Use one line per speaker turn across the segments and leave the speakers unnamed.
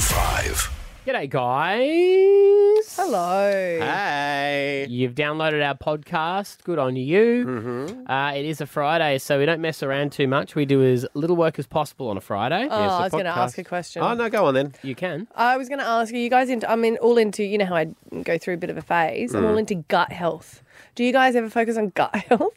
five.
G'day, guys.
Hello.
Hey.
You've downloaded our podcast. Good on you. Mm-hmm. Uh, it is a Friday, so we don't mess around too much. We do as little work as possible on a Friday.
Oh, I was going to ask a question.
Oh, no, go on then.
You can.
I was going to ask you, you guys, into, I mean, all into, you know how I go through a bit of a phase.
Mm.
I'm all into gut health. Do you guys ever focus on gut health?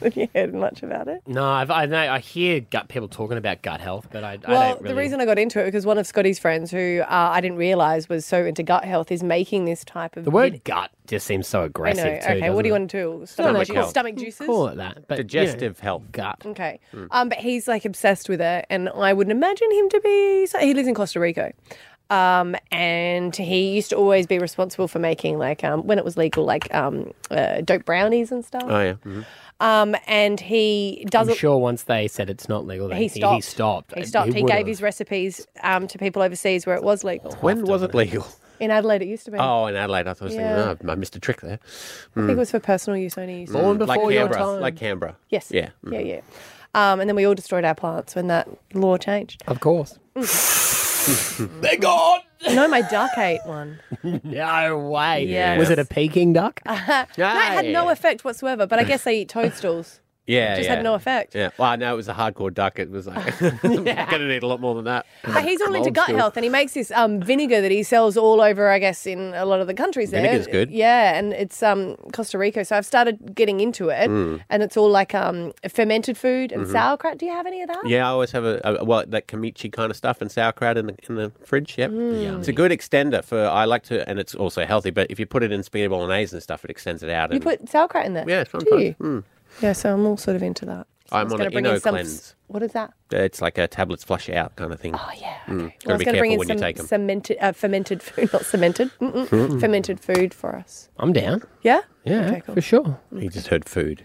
Have you heard much about it?
No, I've, I know I hear gut people talking about gut health, but I, I
Well,
don't really.
the reason I got into it because one of Scotty's friends, who uh, I didn't realise was so into gut health, is making this type of
the word "gut" just seems so
I
aggressive.
know.
Too,
okay, what do you
doesn't
want to do?
it?
Stomach,
Stomach health.
stomach juices.
Call it that, but you know,
Digestive health.
gut.
Okay.
Hmm.
Um, but he's like obsessed with it, and I would imagine him to be. So he lives in Costa Rica. Um, and he used to always be responsible for making like um, when it was legal, like um, uh, dope brownies and stuff.
Oh, yeah.
Um, and he does
I'm
not
sure once they said it's not legal, then
He stopped.
He stopped.
He stopped. He,
would've.
gave his recipes um, to people overseas where it was legal.
When was it legal?
In Adelaide, it used to be.
Oh, in Adelaide. I thought I was
Yeah.
thinking, oh, I missed a trick there. Hmm.
I think it was for personal use only. Used to
Hmm. Born
like
before your
Canberra.
time.
Like Canberra.
Yes.
Yeah. Hmm.
Yeah. Yeah. Um, and then we all destroyed our plants when that law changed.
Of course. They're gone.
No, my duck ate one.
No way.
Yes.
Was it a Peking duck?
That had no
Yeah.
effect whatsoever, but I guess they eat toadstools.
Yeah.
Just
yeah.
had no effect.
Yeah. Well, no, it was a hardcore duck. It was like, I'm going to need a lot more than that.
But he's all
I'm
into
old
gut
school.
health, and he makes this um, vinegar that he sells all over, I guess, in a lot of the countries. There,
Vinegar's good.
Yeah, and it's um, Costa Rica. So I've started getting into it,
Hmm.
and it's all like um, fermented food and sauerkraut. Do you have any of that?
Mm-hmm. Yeah, I always have a, a well that kamichi kind of stuff and sauerkraut in the in the fridge. Yep,
Mm.
it's a good extender for I like to, and it's also healthy. But if you put it in spaghetti bolognese and stuff, it extends it out.
You
and
put sauerkraut in there.
yeah,
do
sometimes Hmm.
you? Yeah, so I'm all sort of into that. So
I'm
just
on
gonna
an
bring in
Inno
some-
cleanse.
What is that?
it's like a tablets flush out kind of thing. Mm.
Oh yeah. Okay.
Gotta
I was
be
gonna bring
careful
in
when you
some
take 'em.
cemented, uh, fermented food, not cemented, Mm-mm. fermented food for us.
I'm down.
Yeah.
Yeah,
Okay, cool.
for sure.
You just heard food.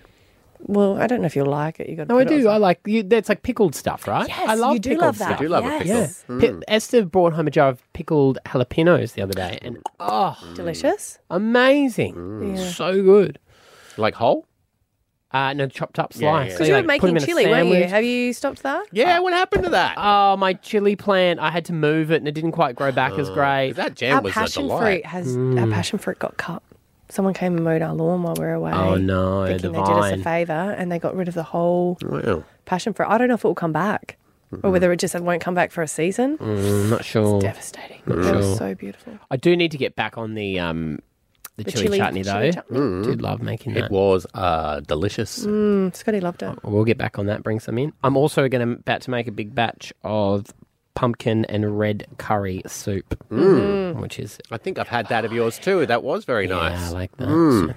Well, I don't know if you'll like it. You got
No, I do. I like you, that's like pickled stuff, right?
Yes,
I love
you do
pickled
love that.
stuff.
I do love a Hmm.
yes.
pickle.
Yeah. Pi- Esther brought home a jar of pickled jalapenos the other day, and oh,
Delicious.
amazing!
Yeah.
So good.
Hmm. Like whole?
Uh, no, chopped up
Yeah, yeah.
slice.
'Cause
So
Because you were
like, put 'em
making
in a
chili, weren't you?
sandwich.
Have you stopped that?
Yeah. What happened to that?
Oh, my chili plant! I had to move it, and it didn't quite grow back as great.
Oh.
Mm.
that
Our
jam was a
passion
delight. Mm.
fruit has our passion fruit got cut. Someone came and mowed our lawn while we were away.
Oh, no,
Thinking
the
they did us a
vine.
favour and they got rid of the whole
Wow.
passion fruit. I don't know if it will come back.
Mm-hmm.
Or whether it just won't come back for a season.
I'm not sure.
Devastating.
Mm.
It was so beautiful.
I do need to get back on the um, the, chili,
chili-
chutney though.
chili chutney.
Did love making that.
Mm-hmm. It was uh, delicious.
Mm, Scotty loved it.
We'll get back on that. Bring some in. I'm also going to about to make a big batch of pumpkin and red curry soup,
Mm.
which is
I think I've had that of yours too. That was very
yeah, I
nice. Hmm.
like that. So-
What do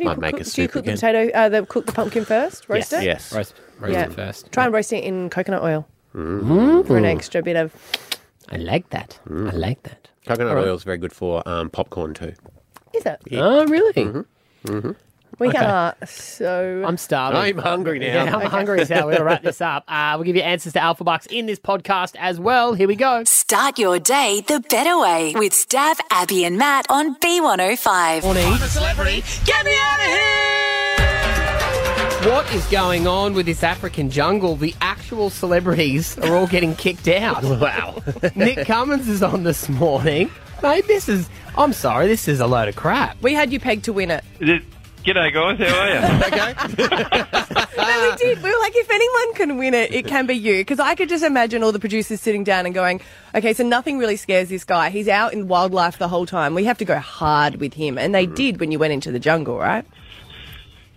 you
Might
cook,
make a
do you
soup
cook
again.
the potato? Uh, the, cook the pumpkin first, roast
Yes.
it.
Yes.
Roast, roast
Yeah.
it first.
Try and roast it in coconut oil
Hmm.
for an extra bit of.
I like that. Hmm. I like that.
Hmm. Coconut oil is very good for um, popcorn too. Mm-hmm.
Is it?
Oh, really?
We are so.
I'm starving.
I'm hungry now.
Yeah, I'm hungry as hell. We'll wrap this up. Uh, we'll give you answers to Alpha Bucks in this podcast as well. Here we go.
Start your day the better way with Stab, Abby, and Matt on B105.
Morning.
Mm.
The celebrity, get me out of here!
What is going on with this African jungle? The actual celebrities are all getting kicked out. Wow. Nick Cummins is on this morning. Mate, this is, I'm sorry, this is a load of crap.
we had you pegged to win it.
G'day, guys. How are you?
No, we did. We were like, if anyone can win it, it can be you. Because I could just imagine all the producers sitting down and going, okay, so nothing really scares this guy. He's out in wildlife the whole time. We have to go hard with him. And
Mm.
they did when you went into the jungle, right?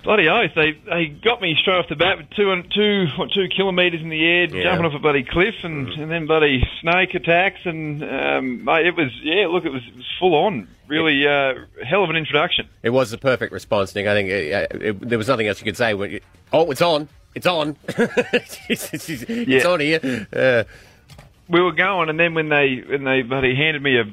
Bloody oath. They, they got me straight off the bat with two, and two, what, two kilometres in the air, jumping off a bloody cliff, and,
Mm.
and then bloody snake attacks. And, um, mate, it was, yeah, look, it was, it was full on. Really, uh, hell of an introduction.
It was the perfect response, Nick. I think it, it, it, there was nothing else you could say. When you- oh, it's on. It's on. it's
Yeah.
on here. Uh,
We were going, and then when they, when they bloody handed me a,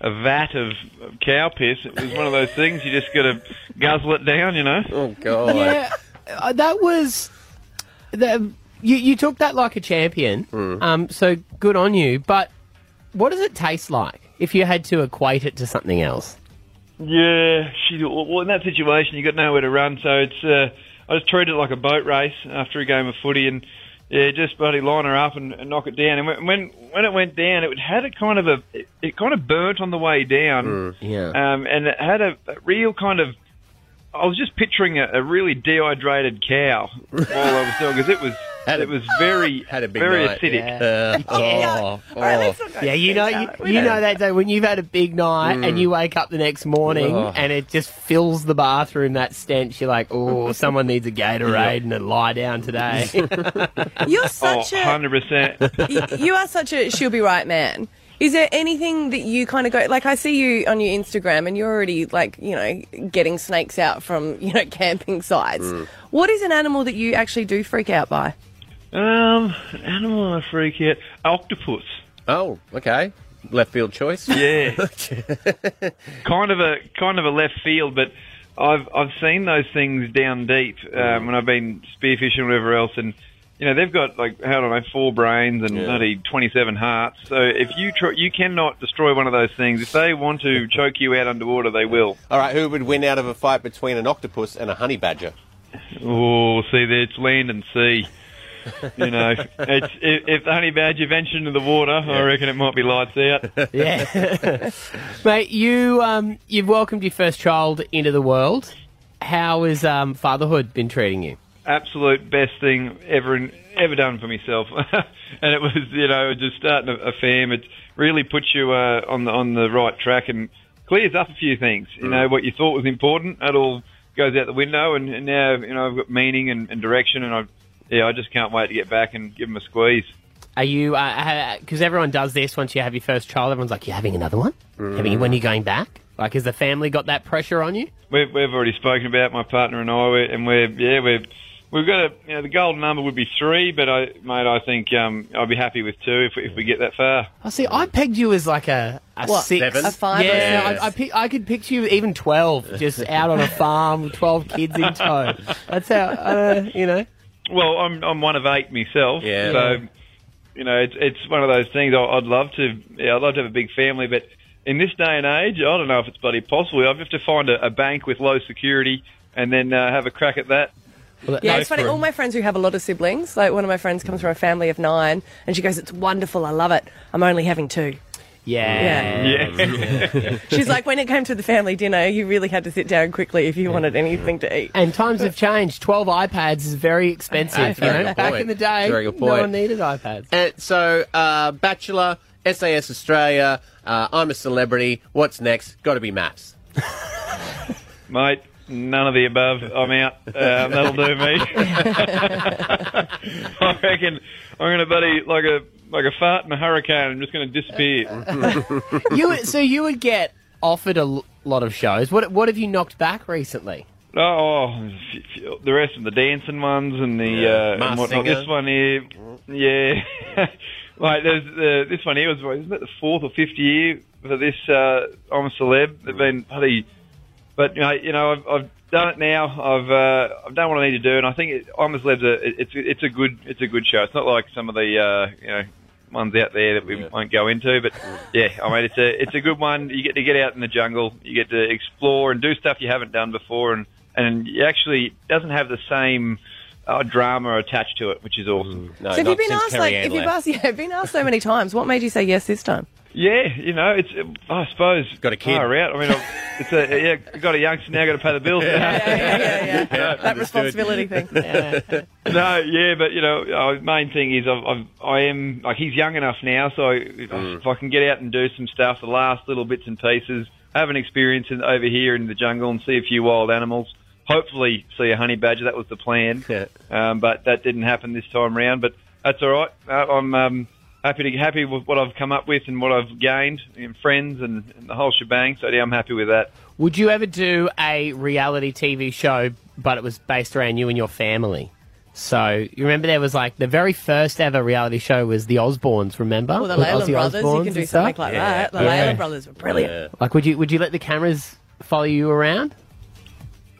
a vat of, of cow piss, it was one of those things you just got to guzzle it down, you know?
oh, God.
Yeah, uh, that was, that, you, you took that like a champion. Um, so good on you. But what does it taste like if you had to equate it to something else?
Yeah, she. Well, in that situation, you got nowhere to run, so it's. Uh, I just treated it like a boat race after a game of footy, and yeah, just bloody line her up and, and knock it down. And when- when when it went down, it had a kind of a it, it kind of burnt on the way down.
Yeah.
Um, and it had a, a real kind of. I was just picturing a, a really dehydrated cow while I was doing because it was
Had a-
it was very
Had a big
very
night.
acidic.
Uh,
Oh,
All right, let's not go
Yeah, you know,
into
you,
that. We
you
don't- Mm.
know that day when you've had a big night and you wake up the next morning
Oh.
and it just fills the bathroom that stench. You're like, oh, someone needs a Gatorade and a lie down today.
You're
Oh,
such a
100%.
y- you are such a she'll be right man. Is there anything that you kind of go like? I see you on your Instagram, and you're already like you know getting snakes out from you know camping sites. What is an animal that you actually do freak out by?
um, an animal I freak out. Octopus.
oh, okay. Left field choice.
Yeah. kind of a kind of a left field, but I've I've seen those things down deep
Mm.
um, when I've been spearfishing or whatever else, and you know they've got like how do I know four brains and bloody twenty seven hearts. So if you try, you cannot destroy one of those things. If they want to choke you out underwater, they will.
All right, who would win out of a fight between an octopus and a honey badger?
Oh, see, there's land and sea. You know, it's, if, if the honey badger ventured into the water, I reckon it might be lights out.
yeah, mate, you um, you've welcomed your first child into the world. How has um, fatherhood been treating you?
absolute best thing ever ever done for myself. and it was, you know, just starting a, a fam. It really puts you uh, on the on the right track and clears up a few things. You know, what you thought was important, that all goes out the window. And, and now, you know, I've got meaning and, and direction. And I, yeah, I just can't wait to get back and give them a squeeze.
Are you? Because everyone does this once you have your first child. Everyone's like, "You having another one? Having,
Mm.
when are you going back?" Like, has the family got that pressure on you?
We've, we've already spoken about it, my partner and I, we're, and we're yeah we're we've got a you know the golden number would be three, but I mate I think um, I'd be happy with two if, we- if we get that far.
I Oh, see. I pegged you as like a, a
What,
six,
seven?
a five or
Yeah,
six?
I, I, pe- I could picture you even twelve, just out on a farm, with twelve kids in tow. That's how uh, you know.
Well, I'm I'm one of eight myself.
Yeah.
So, you know, it's it's one of those things. I- I'd love to. Yeah, I'd love to have a big family, but in this day and age, I don't know if it's bloody possible. I'd have to find a, a bank with low security and then uh, have a crack at that.
Well,
Yeah,
no
it's funny.
fruit.
All my friends who have a lot of siblings, like one of my friends comes from a family of nine, and she goes, "It's wonderful. I love it. I'm only having two.
yeah.
Yeah.
She's like, "When it came to the family dinner, you really had to sit down quickly if you wanted anything to eat."
And times have changed. Twelve iPads is very expensive.
Very
you know,
good
back
point.
in the day,
Very good
no
point.
one needed iPads.
Uh, so, uh, Bachelor, SAS Australia, uh, I'm a celebrity. What's next? Got to be maps.
Mate, none of the above. I'm out. Um, that'll do me. I reckon I'm gonna buddy like a like a fart in a hurricane. I'm just gonna disappear.
you would- so you would get offered a l- lot of shows. What what have you knocked back recently?
Oh, f- f- the rest of the dancing ones and the uh,
Masked
and whatnot.
Singer.
This one here, yeah. like there's uh, this one here was isn't it the fourth or fifth year for this? Uh, I'm a celeb. They've been bloody, but you know, you know, I've, I've done it now. I've uh, I've done what I need to do, and I think it, I'm a celeb's a it's it's a good it's a good show. It's not like some of the uh, you know ones out there that we won't go into, but yeah, I mean it's a it's a good one. You get to get out in the jungle, you get to explore and do stuff you haven't done before, and and you actually it doesn't have the same uh, drama attached to it, which is awesome.
Mm. No,
So have you
not
been
since
asked
Carrie
like
Ann
if you've
left.
asked yeah, been asked so many times, what made you say yes this time?
Yeah, you know, it's I suppose
Got a kid.
far out. I mean, I've- it's a yeah, got a youngster now, got to pay the bills.
yeah, yeah, yeah. that responsibility thing.
No, yeah, but you know, uh, main thing is I've, I've, I am like he's young enough now, so if,
Mm.
if I can get out and do some stuff, the last little bits and pieces, have an experience in, over here in the jungle and see a few wild animals. Hopefully, see a honey badger. That was the plan,
Yeah.
um, but that didn't happen this time round. But that's all right. Uh, I'm um, happy to happy with what I've come up with and what I've gained and friends and, and the whole shebang. So yeah, I'm happy with that.
Would you ever do a reality TV show, but it was based around you and your family? So you remember there was like the very first ever reality show was the Osbournes. Remember?
Well, the
With
Leyland
Ozzy
brothers, you
Osbournes
can do
and stuff?
something like that. The
Yeah.
Leyland brothers were brilliant.
Like, would you would you let the cameras follow you around?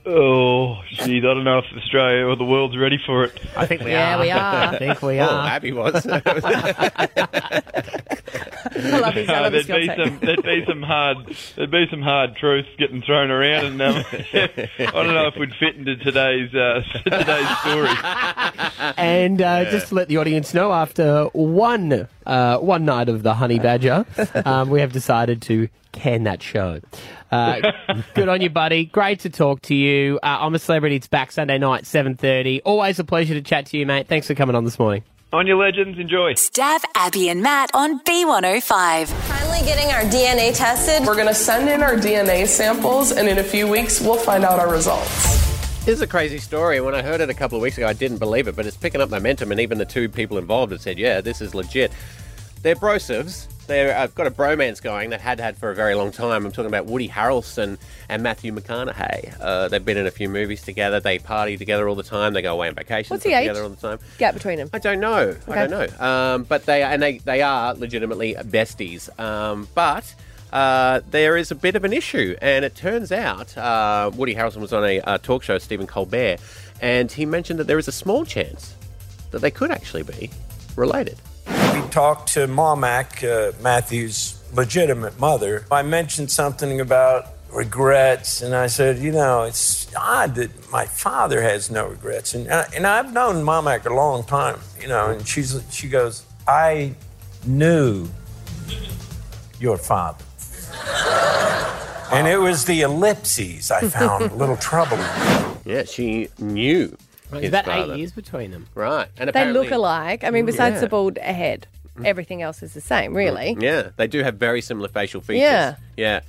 Oh, geez, I don't know if Australia or the world's ready for it. Oh,
I think we
Yeah,
are.
we are.
I think we
Oh,
are.
Abby was.
I love his, I
Uh,
love his
there'd be
fiance.
some there'd be some hard there'd be some hard truths getting thrown around, and um, I don't know if we'd fit into today's uh, today's story.
And uh, just to let the audience know, after one uh, one night of the Honey Badger, um, we have decided to can that show. Uh, good on you, buddy. Great to talk to you. Uh, I'm a celebrity. It's back Sunday night, seven thirty. Always a pleasure to chat to you, mate. Thanks for coming on this morning.
On your legends, enjoy.
Stab Abby and Matt on B105.
Finally getting our DNA tested.
We're going to send in our DNA samples, and in a few weeks, we'll find out our results.
This is a crazy story. When I heard it a couple of weeks ago, I didn't believe it, but it's picking up momentum, and even the two people involved have said, "Yeah, this is legit." They're brosivs. They're, I've got a bromance going that had had for a very long time. I'm talking about Woody Harrelson and Matthew McConaughey. Uh, they've been in a few movies together. They party together all the time. They go away on vacations
What's the age?
together all the time.
Gap between them.
I don't know. I
Okay.
don't know. Um, but they and they, they are legitimately besties. Um, but uh, there is a bit of an issue, and it turns out uh, Woody Harrelson was on a uh, talk show, Stephen Colbert, and he mentioned that there is a small chance that they could actually be related.
We talked to Momac, uh, Matthew's legitimate mother. I mentioned something about regrets, and I said, you know, it's odd that my father has no regrets. And, I, and I've known Momac a long time, you know, and she's, she goes, I knew your father. And it was the ellipses I found a little troubling.
Yeah, she knew. his
About
father.
eight years between them.
Right, and
They
apparently-
look alike. I mean, besides
Yeah. Mm,
the bald head, everything else is the same, really.
Yeah, they do have very similar facial features.
Yeah.
yeah.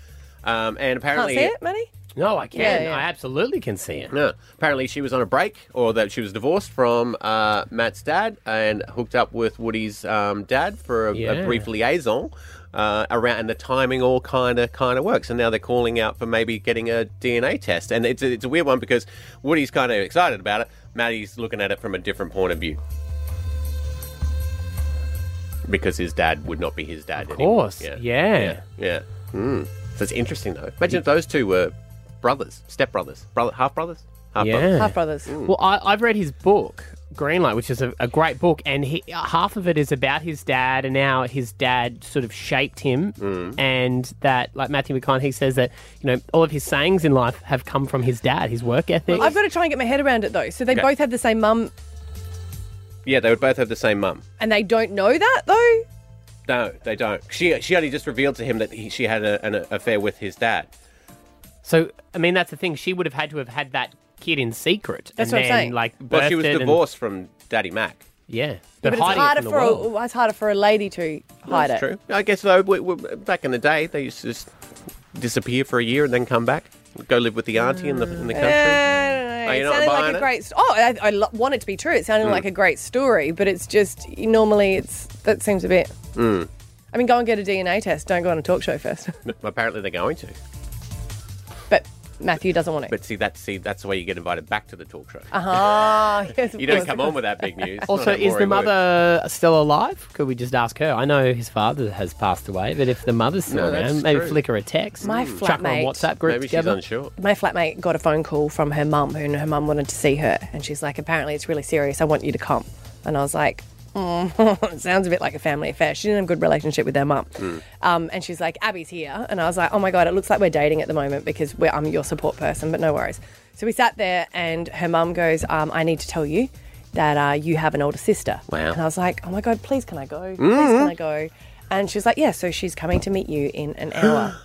Um, and
Can't
apparently,
see it, Manny?
No, I can.
Yeah, yeah.
I absolutely can see it.
No, apparently she was on a break, or that she was divorced from uh, Matt's dad and hooked up with Woody's um, dad for a,
Yeah.
a brief liaison. Uh, around and the timing all kind of kind of works, and now they're calling out for maybe getting a DNA test, and it's a, it's a weird one because Woody's kind of excited about it. Maddie's looking at it from a different point of view because his dad would not be his dad. Of
course, yeah.
yeah, yeah. Hmm. So it's interesting though. Imagine if those two were brothers, stepbrothers, brother, Hmm. half brothers, half brothers.
Yeah.
Half brothers.
Well, I, I've read his book, Greenlight, which is a, a great book, and he, uh, half of it is about his dad and how his dad sort of shaped him,
Mm.
and that, like Matthew McConaughey says that you know all of his sayings in life have come from his dad, his work ethic.
I've got to try and get my head around it, though. So they both have the same mum,
Yeah, they would both have the same mum.
and they don't know that, though?
No, they don't. She she only just revealed to him that he, she had a, an affair with his dad.
so, I mean, that's the thing. She would have had to have had that kid in secret.
That's
and
what I'm
then,
saying.
Like,
But she was
birthed it and-
divorced from Daddy Mac.
yeah,
But it's
hiding it
harder
from the
for
world.
a, it's harder for a lady to hide
That's
it.
true. I guess though, we, we, back in the day, they used to just disappear for a year and then come back, go live with the auntie in the in the country. Mm.
Uh,
Are
it
you not
sounded like
buying it?
a
Mm.
great. St- oh, I, I lo- want it to be true. It sounded like a great story, but it's just normally it's that seems a bit. I mean, go and get a DNA test. Don't go on a talk show first.
Hmm. Apparently, they're going to.
but Matthew doesn't want it.
But see, that's see, that's the way you get invited back to the talk show.
ah, yes, of
you don't
course.
come on with that big news. It's
Also,
not how
is the
Maury works.
mother still alive? Could we just ask her? I know his father has passed away, but if the mother's still
No, that's
around, maybe
true.
flick her a text.
My
chuck her on
flatmate-
WhatsApp group
Maybe
together.
she's unsure.
My flatmate got a phone call from her mum, and her mum wanted to see her, and she's like, "Apparently, it's really serious. I want you to come." And I was like. Mm, it sounds a bit like a family affair. She didn't have a good relationship with her mum. Um, and she's like, Abby's here. And I was like, oh my God, it looks like we're dating at the moment because we're, I'm your support person, but no worries. So we sat there, and her mum goes, um, I need to tell you that uh, you have an older sister.
Wow.
And I was like, oh my God, please can I go? Please
Mm-hmm.
can I go? And she's like, yeah, so she's coming to meet you in an hour.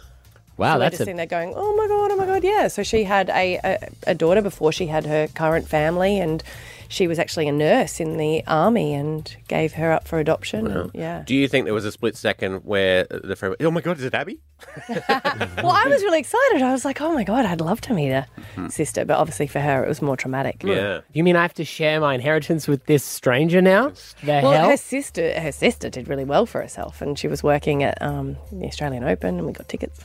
Wow,
We're
that's
just
a
sitting there going, oh my God, oh my God, yeah. So she had a, a, a daughter before she had her current family, and she was actually a nurse in the army and gave her up for adoption. and- Mm. yeah.
Do you think there was a split second where the friend? Oh my God, is it Abby?
Well, I was really excited. I was like, oh my God, I'd love to meet her
Mm-hmm.
sister. But obviously for her, it was more traumatic.
Yeah.
You mean I have to share my inheritance with this stranger now? The
Well,
hell?
her sister, her sister did really well for herself, and she was working at um, the Australian Open, and we got tickets.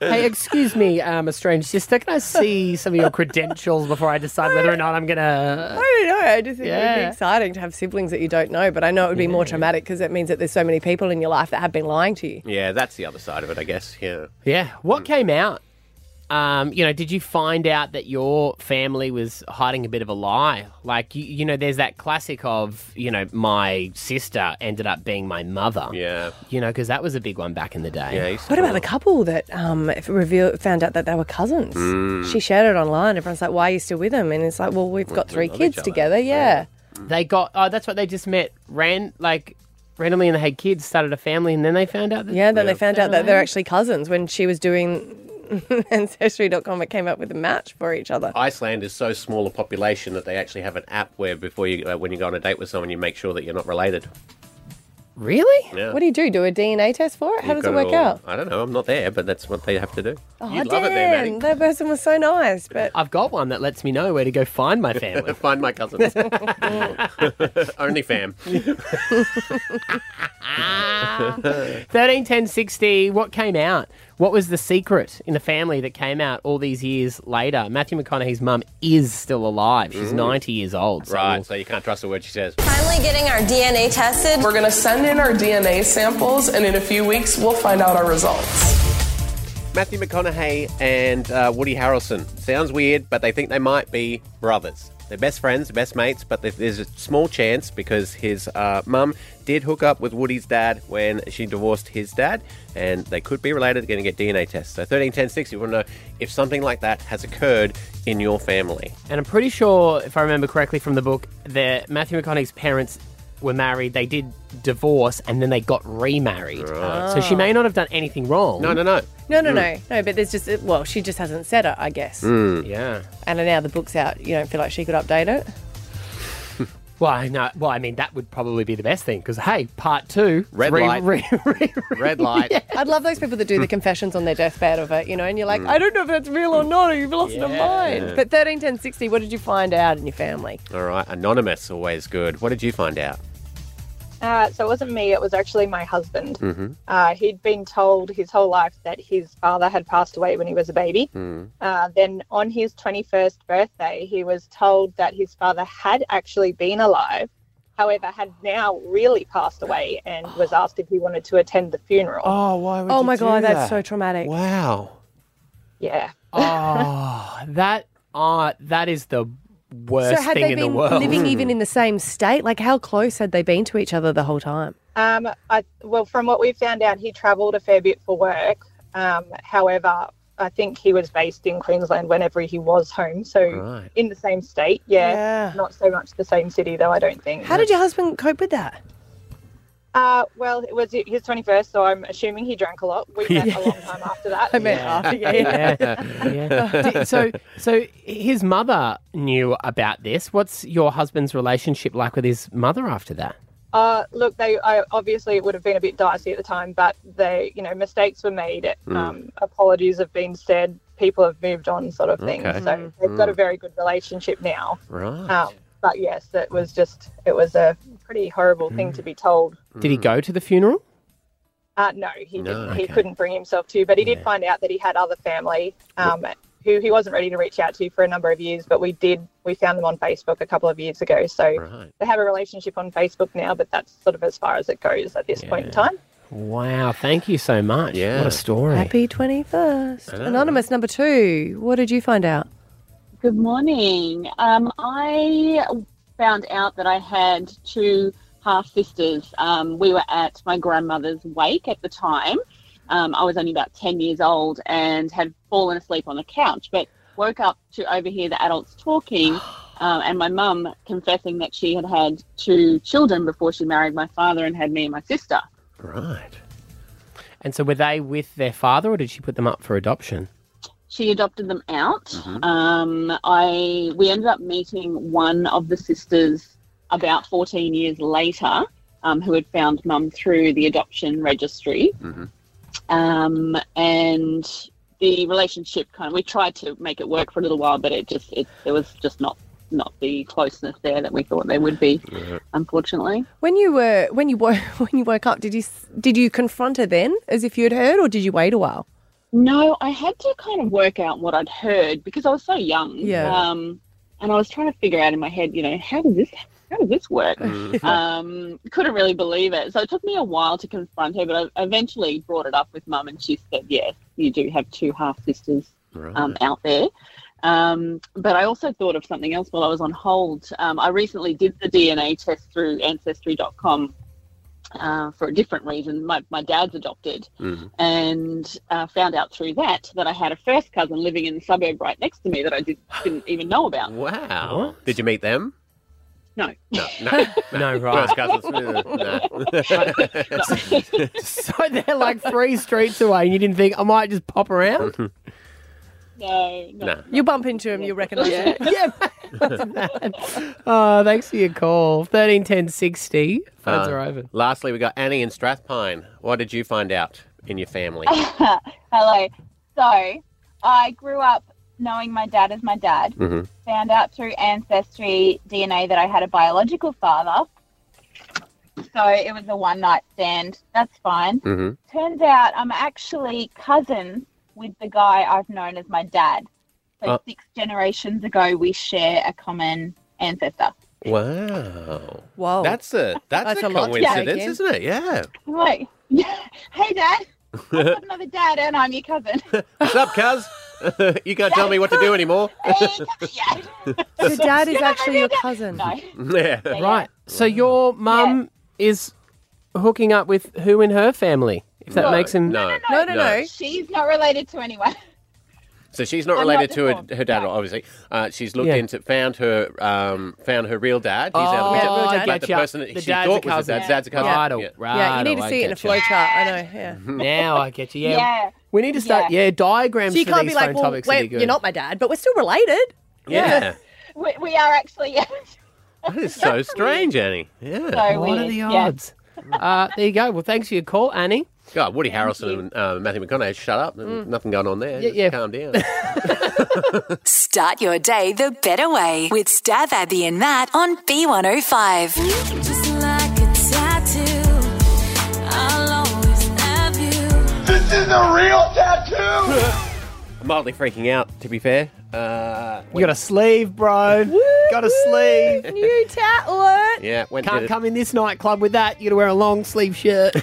hey, excuse me, um, a strange sister. Can I see some of your credentials before I decide whether or not I'm gonna?
I don't know. I just think it would
Uh, Yeah.
be exciting to have siblings that you don't know, but I know it would be more traumatic because it means that there's so many people in your life that have been lying to you.
Yeah, that's the other side of it, I guess. Yeah.
Yeah. What came out? um, you know, did you find out that your family was hiding a bit of a lie? Like, you, you know, there's that classic of, you know, my sister ended up being my mother. Yeah. You know, because that was a big one back in the day.
What about the couple that um, if- reveal, found out that they were cousins?
Mm.
She shared it online. Everyone's like, "Why are you still with them?" And it's like, "Well, we've got
we
three
love
kids
each other.
together." Yeah.
They got, oh, that's what they just met. Ran, like, randomly and they had kids, started a family, and then they found out that.
Yeah, then they found out that they're actually cousins when she was doing ancestry.com. It came up with a match for each other.
Iceland is so small a population that they actually have an app where before you uh, when you go on a date with someone, you make sure that you're not related.
Really?
Yeah.
What do you do? Do a DNA test for it? How
You've
does it
got
work
all-
out?
I don't know. I'm not there, but that's what they have to do.
Oh,
You'd
damn,
love it there, Maddie.
that person was so nice, but
I've got one that lets me know where to go find my family.
find my cousins. Only fam.
13, 10, 60, what came out? What was the secret in the family that came out all these years later? Matthew McConaughey's mum is still alive. She's
Mm.
90 years old. So
Right, so you can't trust a word she says.
Finally getting our DNA tested. We're going to send in our DNA samples, and in a few weeks, we'll find out our results.
Matthew McConaughey and uh, Woody Harrelson. Sounds weird, but they think they might be brothers. They're best friends, best mates, but there- there's a small chance because his uh, mum did hook up with Woody's dad when she divorced his dad, and they could be related. Going to get DNA tests. So 13, 10, 60, you want to know if something like that has occurred in your family.
And I'm pretty sure, if I remember correctly from the book, that Matthew McConaughey's parents were married. They did divorce and then they got remarried. Uh, So she may not have done anything wrong.
Ah. No, no, no.
no, no, no, no. But there's just well, she just hasn't said it, I guess.
Hmm.
Hmm.
Yeah.
And now the book's out. You don't feel like she could update it?
Well, I know. Well, I mean, that would probably be the best thing because, hey, part two,
Red
re-
light.
re-
Red light.
I'd love those people that do the confessions on their deathbed of it, you know, and you're
Mm.
like, I don't know if that's real or not, or you've lost your mind. But 13, 10, 60, what did you find out in your family?
All right, anonymous, always good. What did you find out?
Uh, so it wasn't me, it was actually my husband.
Mm-hmm.
Uh, he'd been told his whole life that his father had passed away when he was a baby.
Mm.
Uh, then on his 21st birthday, he was told that his father had actually been alive, however, had now really passed away and was asked if he wanted to attend the funeral.
Oh, why
oh my God, that's so traumatic.
Wow.
Yeah.
oh, that uh, that is the worst
so had
thing
they
in
been
the world. Hmm.
living even in the same state? Like, how close had they been to each other the whole time?
Um, I, well, from what we found out, he travelled a fair bit for work. Um, however, I think he was based in Queensland whenever he was home. So
Right.
in the same state, yeah, Not so much the same city, though, I don't think.
How did your husband cope with that?
Uh, well, it was his 21st, so I'm assuming he drank a lot. We met a long time after that.
I met after, yeah. yeah.
yeah. Di- so, so his mother knew about this. What's your husband's relationship like with his mother after that?
Uh, look, they I, obviously it would have been a bit dicey at the time, but they, you know, mistakes were made.
Mm.
Um, apologies have been said. People have moved on, sort of thing.
Okay.
So they've got a
Mm.
very good relationship now.
Right.
Um, but yes, it was just it was a pretty horrible thing to be told.
Did he go to the funeral?
Uh, no, he
No,
didn't. He
okay.
couldn't bring himself to, but he did find out that he had other family um, who he wasn't ready to reach out to for a number of years. But we did. We found them on Facebook a couple of years ago. So they have a relationship on Facebook now, but that's sort of as far as it goes at this point in time.
Wow. Thank you so much. Yeah. Ah, What a story.
Happy 21st. Anonymous number two, what did you find out?
Good morning. Um, I found out that I had two half sisters. Um, we were at my grandmother's wake at the time. Um, I was only about 10 years old and had fallen asleep on the couch, but woke up to overhear the adults talking um, and my mum confessing that she had had two children before she married my father and had me and my sister.
Right. And so, were they with their father, or did she put them up for adoption?
she adopted them out. Um, I we ended up meeting one of the sisters about 14 years later, um, who had found mum through the adoption registry,
Mm-hmm.
um, and the relationship kind of we tried to make it work for a little while, but it just it, it was just not not the closeness there that we thought there would be, unfortunately.
When you were when you woke when you woke up, did you s- did you confront her then as if you had heard, or did you wait a while?
No, I had to kind of work out what I'd heard because I was so young.
Yeah.
Um, and I was trying to figure out in my head, you know, how does this how does this work?
Mm.
um, couldn't really believe it. So it took me a while to confront her, but I eventually brought it up with mum, and she said, "Yes, you do have two half sisters um, out there. Um, but I also thought of something else while I was on hold. Um, I recently did the DNA test through Ancestry.com uh, for a different reason. My, my dad's adopted, and uh, found out through that that I had a first cousin living in the suburb right next to me that I did, didn't even know about.
Wow. Did you meet them?
No.
No, no,
no, right.
First cousins. No.
so they're like three streets away, and you didn't think I might just pop around?
No, no.
You bump into him, you recognise him.
yeah. Oh, thanks for your call. Thirteen ten sixty. Phones
Uh,
are open.
Lastly, we got Annie in Strathpine. What did you find out in your family?
uh, Hello. So, I grew up knowing my dad as my dad.
Mhm.
Found out through ancestry DNA that I had a biological father. So it was a one night stand. That's fine.
Mhm.
Turns out I'm actually cousins with the guy I've known as my dad. So
Uh.
six generations ago, we share a common ancestor.
Wow.
Whoa.
That's a that's,
That's
a,
a lot to take
coincidence,
in.
isn't it? Yeah.
I'm like, hey, Dad, I'm another dad, and I'm your cousin.
What's up, cuz? you can't tell me what to do anymore.
Your dad is
No, no,
actually your cousin.
yeah.
Right. So your mum is hooking up with who in her family? If that
No,
makes him
no,
no, no, no. She's not related to anyone.
So she's not
I'm
related
not
to her, her dad, obviously. Uh, she's looked
Yeah.
into, found her, um, found her real dad. He's out of
Oh,
the picture,
yeah, real dad.
But the
Getcha.
person that
The
she
dad's a
thought was her
cousin.
dad's, dad's a cousin.
Right,
Yeah.
right.
yeah, you need to
I
see it in a
getcha.
flow chart. I know. Yeah.
Now I get you. Yeah.
Yeah.
We need to start. Yeah, diagrams
So you
for
can't
these
be like,
phone
well,
topics would
wait,
be good.
you're not my dad, but we're still related.
Yeah.
We, we are actually. Yeah.
that is so strange, Annie. Yeah.
So
what are
weird,
the
yeah.
odds? uh, there you go. Well, thanks for your call, Annie.
God, Woody Harrelson and uh, Matthew McConaughey, shut up. Nothing going on there.
Yeah,
Just
yeah.
Calm down.
Start your day the better way with Stab Abby and Matt on B105.
This is a real tattoo!
I'm mildly freaking out, to be fair. Uh,
You got a sleeve, bro. got a sleeve.
New tatlet.
Yeah,
Can't
went and did it.
come in this nightclub with that. You got to wear a long sleeve shirt.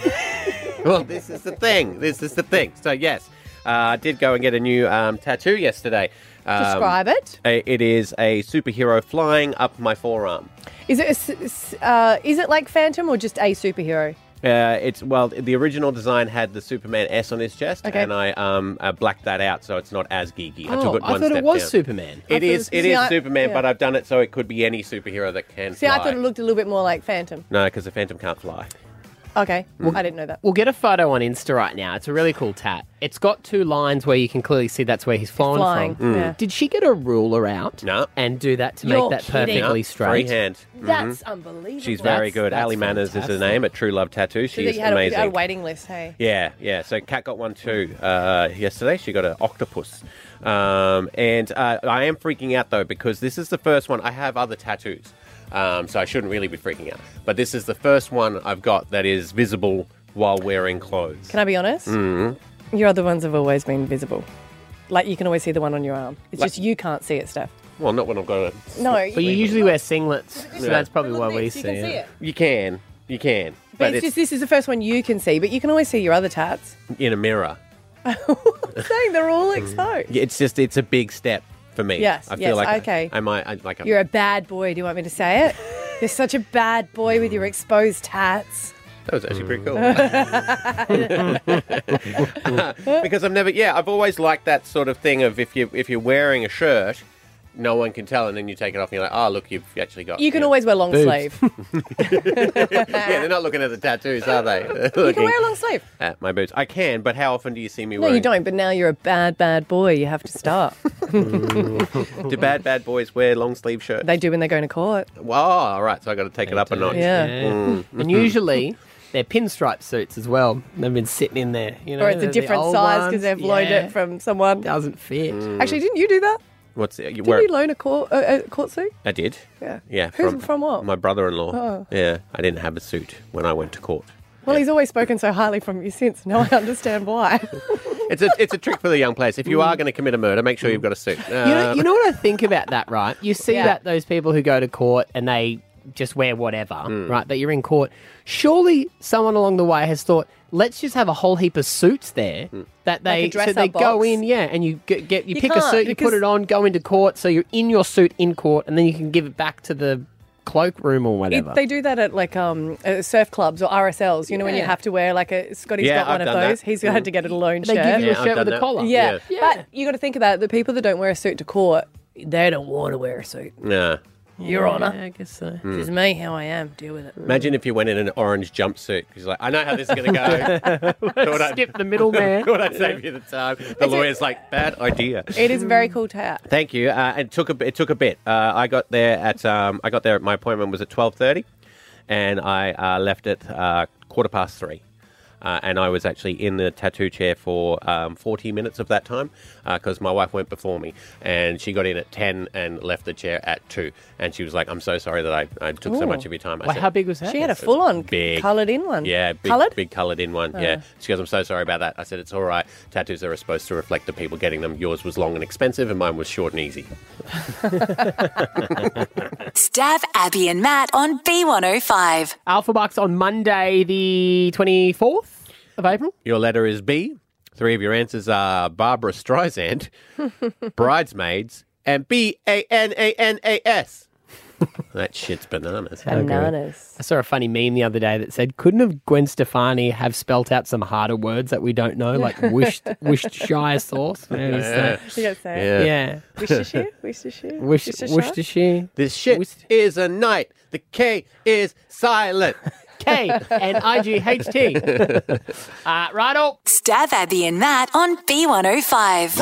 well, this is the thing. This is the thing. So, yes, uh, I did go and get a new um, tattoo yesterday. Um,
Describe it.
a- It is a superhero flying up my forearm.
Is it a s- s- uh, is it like Phantom or just a superhero?
Uh, it's well, the original design had the Superman S on his chest,
Okay.
and I um uh, blacked that out so it's not as geeky. I took
Oh,
it
I
one
thought it
step
was
down.
Superman. I
It
thought it was-
is, it
See,
is
I-
Superman,
yeah.
but I've done it so it could be any superhero that can
See,
fly.
I thought it looked a little bit more like Phantom.
no, because the Phantom can't fly.
Okay,
Hmm.
I didn't know that.
We'll get a photo on Insta right now. It's a really cool tat. It's got two lines where you can clearly see that's where he's flying,
flying,
from.
yeah.
Did she get a ruler out
no.
and do that to
You're
make that
kidding.
perfectly
No,
straight?
freehand.
That's unbelievable.
She's very good.
that's
Ali Manners is her name at True Love Tattoo.
So
She
that
is
you had a,
amazing.
a waiting list, hey?
Yeah, yeah. So Kat got one too uh, yesterday. She got an octopus. Um, and uh, I am freaking out though because this is the first one. I have other tattoos, um, so I shouldn't really be freaking out. But this is the first one I've got that is visible while wearing clothes.
Can I be honest?
Mm.
Your other ones have always been visible. Like you can always see the one on your arm. It's just you can't see it, Steph.
Well, not when I've got a.
No,
But you usually wear singlets, so
Yeah.
that's probably why we see,
you can see it.
You can, you can,
But,
but
it's,
it's
just this is the first one you can see, but you can always see your other tats.
in a mirror.
I'm saying they're all
Mm-hmm.
exposed.
Yeah, It's just it's a big step for me.
Yes,
I feel
yes,
like I-
okay.
I, might I, like I'm,
You're a bad boy. Do you want me to say it? You're such a bad boy with your exposed tats.
That was actually pretty cool. because I've never, yeah, I've always liked that sort of thing of if you if you're wearing a shirt, no one can tell, and then you take it off, and you're like, oh, look, you've actually got.
You can
know."
always wear long
Boobs.
sleeve.
yeah, they're not looking at the tattoos, are they?
You can wear a long sleeve.
at my boobs. I can, but how often do you see me
No,
wearing?
you don't. But now you're a bad, bad boy. You have to start.
don't. Do bad bad boys wear long sleeve shirts?
they do when they're going to court.
Well, all right, so I got
Mm-hmm.
to take it up a notch.
Yeah.
Mm.
And usually they're pinstripe suits as well. They've been sitting in there, you know.
or it's
the-
a
the
different
old
size
ones.
because they've loaned
Yeah. Mm.
it from someone.
Doesn't fit.
Actually, didn't you do that?
What's it? You
Didn't
wear?
you loan a court, a, a court suit?
I did.
Yeah.
Yeah.
Who's from what?
My brother-in-law.
Oh.
Yeah, I didn't have a suit when I went to court.
Well, he's always spoken so highly from you since. Now I understand why.
It's a, it's a trick for the young players. If you are going to commit a murder, make sure you've got a suit.
You know,
Um,
you know what I think about that, right? You see
Yeah.
that those people who go to court and they just wear whatever, right? That you're in court. Surely someone along the way has thought, let's just have a whole heap of suits there that
Like a
they so
dress-up
they go
box.
in, yeah, and you get, get you,
You
pick a
can't,
suit, you put
because-
it on, go into court, so you're in your suit in court, and then you can give it back to the cloakroom or whatever.
It, they do that at like um, uh, surf clubs or RSLs. You know when you
Yeah.
have to wear like a Scotty's
Yeah,
got one
I've
of
done that.
those. He's
Mhm.
had to get a loan
They
shirt.
give you a Yeah, shirt I've with done a that. collar.
Yeah.
Yeah.
but you got to think about it, the people that don't wear a suit to court. They don't want to wear a suit.
Nah.
Your Honour. I guess so.
Mm.
Just me, how I am. Deal with it.
Imagine if you went in an orange jumpsuit. She's like, I know how this is going to go. Thought I'd-
Skip the middleman.
Thought I'd save you the time. The lawyer's like, bad idea.
It is a very cool to have.
Thank you. Uh, it took a it took a bit. Uh, I got there at um, I got there. At, my appointment was at twelve thirty, and I uh, left at uh, quarter past three. Uh, and I was actually in the tattoo chair for um, 40 minutes of that time because my wife went before me and she got in at 10 and left the chair at 2. And she was like, I'm so sorry that I, I took so much of your time. I said,
She had a full on
Big.
coloured in one.
yeah, big,
coloured?
big coloured in one.
Oh.
Yeah. She goes, I'm so sorry about that. I said, It's all right. Tattoos are supposed to reflect the people getting them. Yours was long and expensive, and mine was short and easy.
Stab Abby and Matt on B105.
Alpha Bucks on Monday, the 24th of April.
Your letter is B. Three of your answers are Barbara Streisand, Bridesmaids, and B A N A N A S. That shit's bananas.
I saw a funny meme the other day that said, "Couldn't have Gwen Stefani have spelt out some harder words that we don't know, like wished Worcestershire sauce?"
Yeah.
You gotta say
yeah.
it. Worcestershire? Worcestershire?
Wish,
Worcestershire?
Worcestershire.
This shit is a night. The K is silent.
K and I G H T. Uh, right up.
Stab Abby and Matt on B105.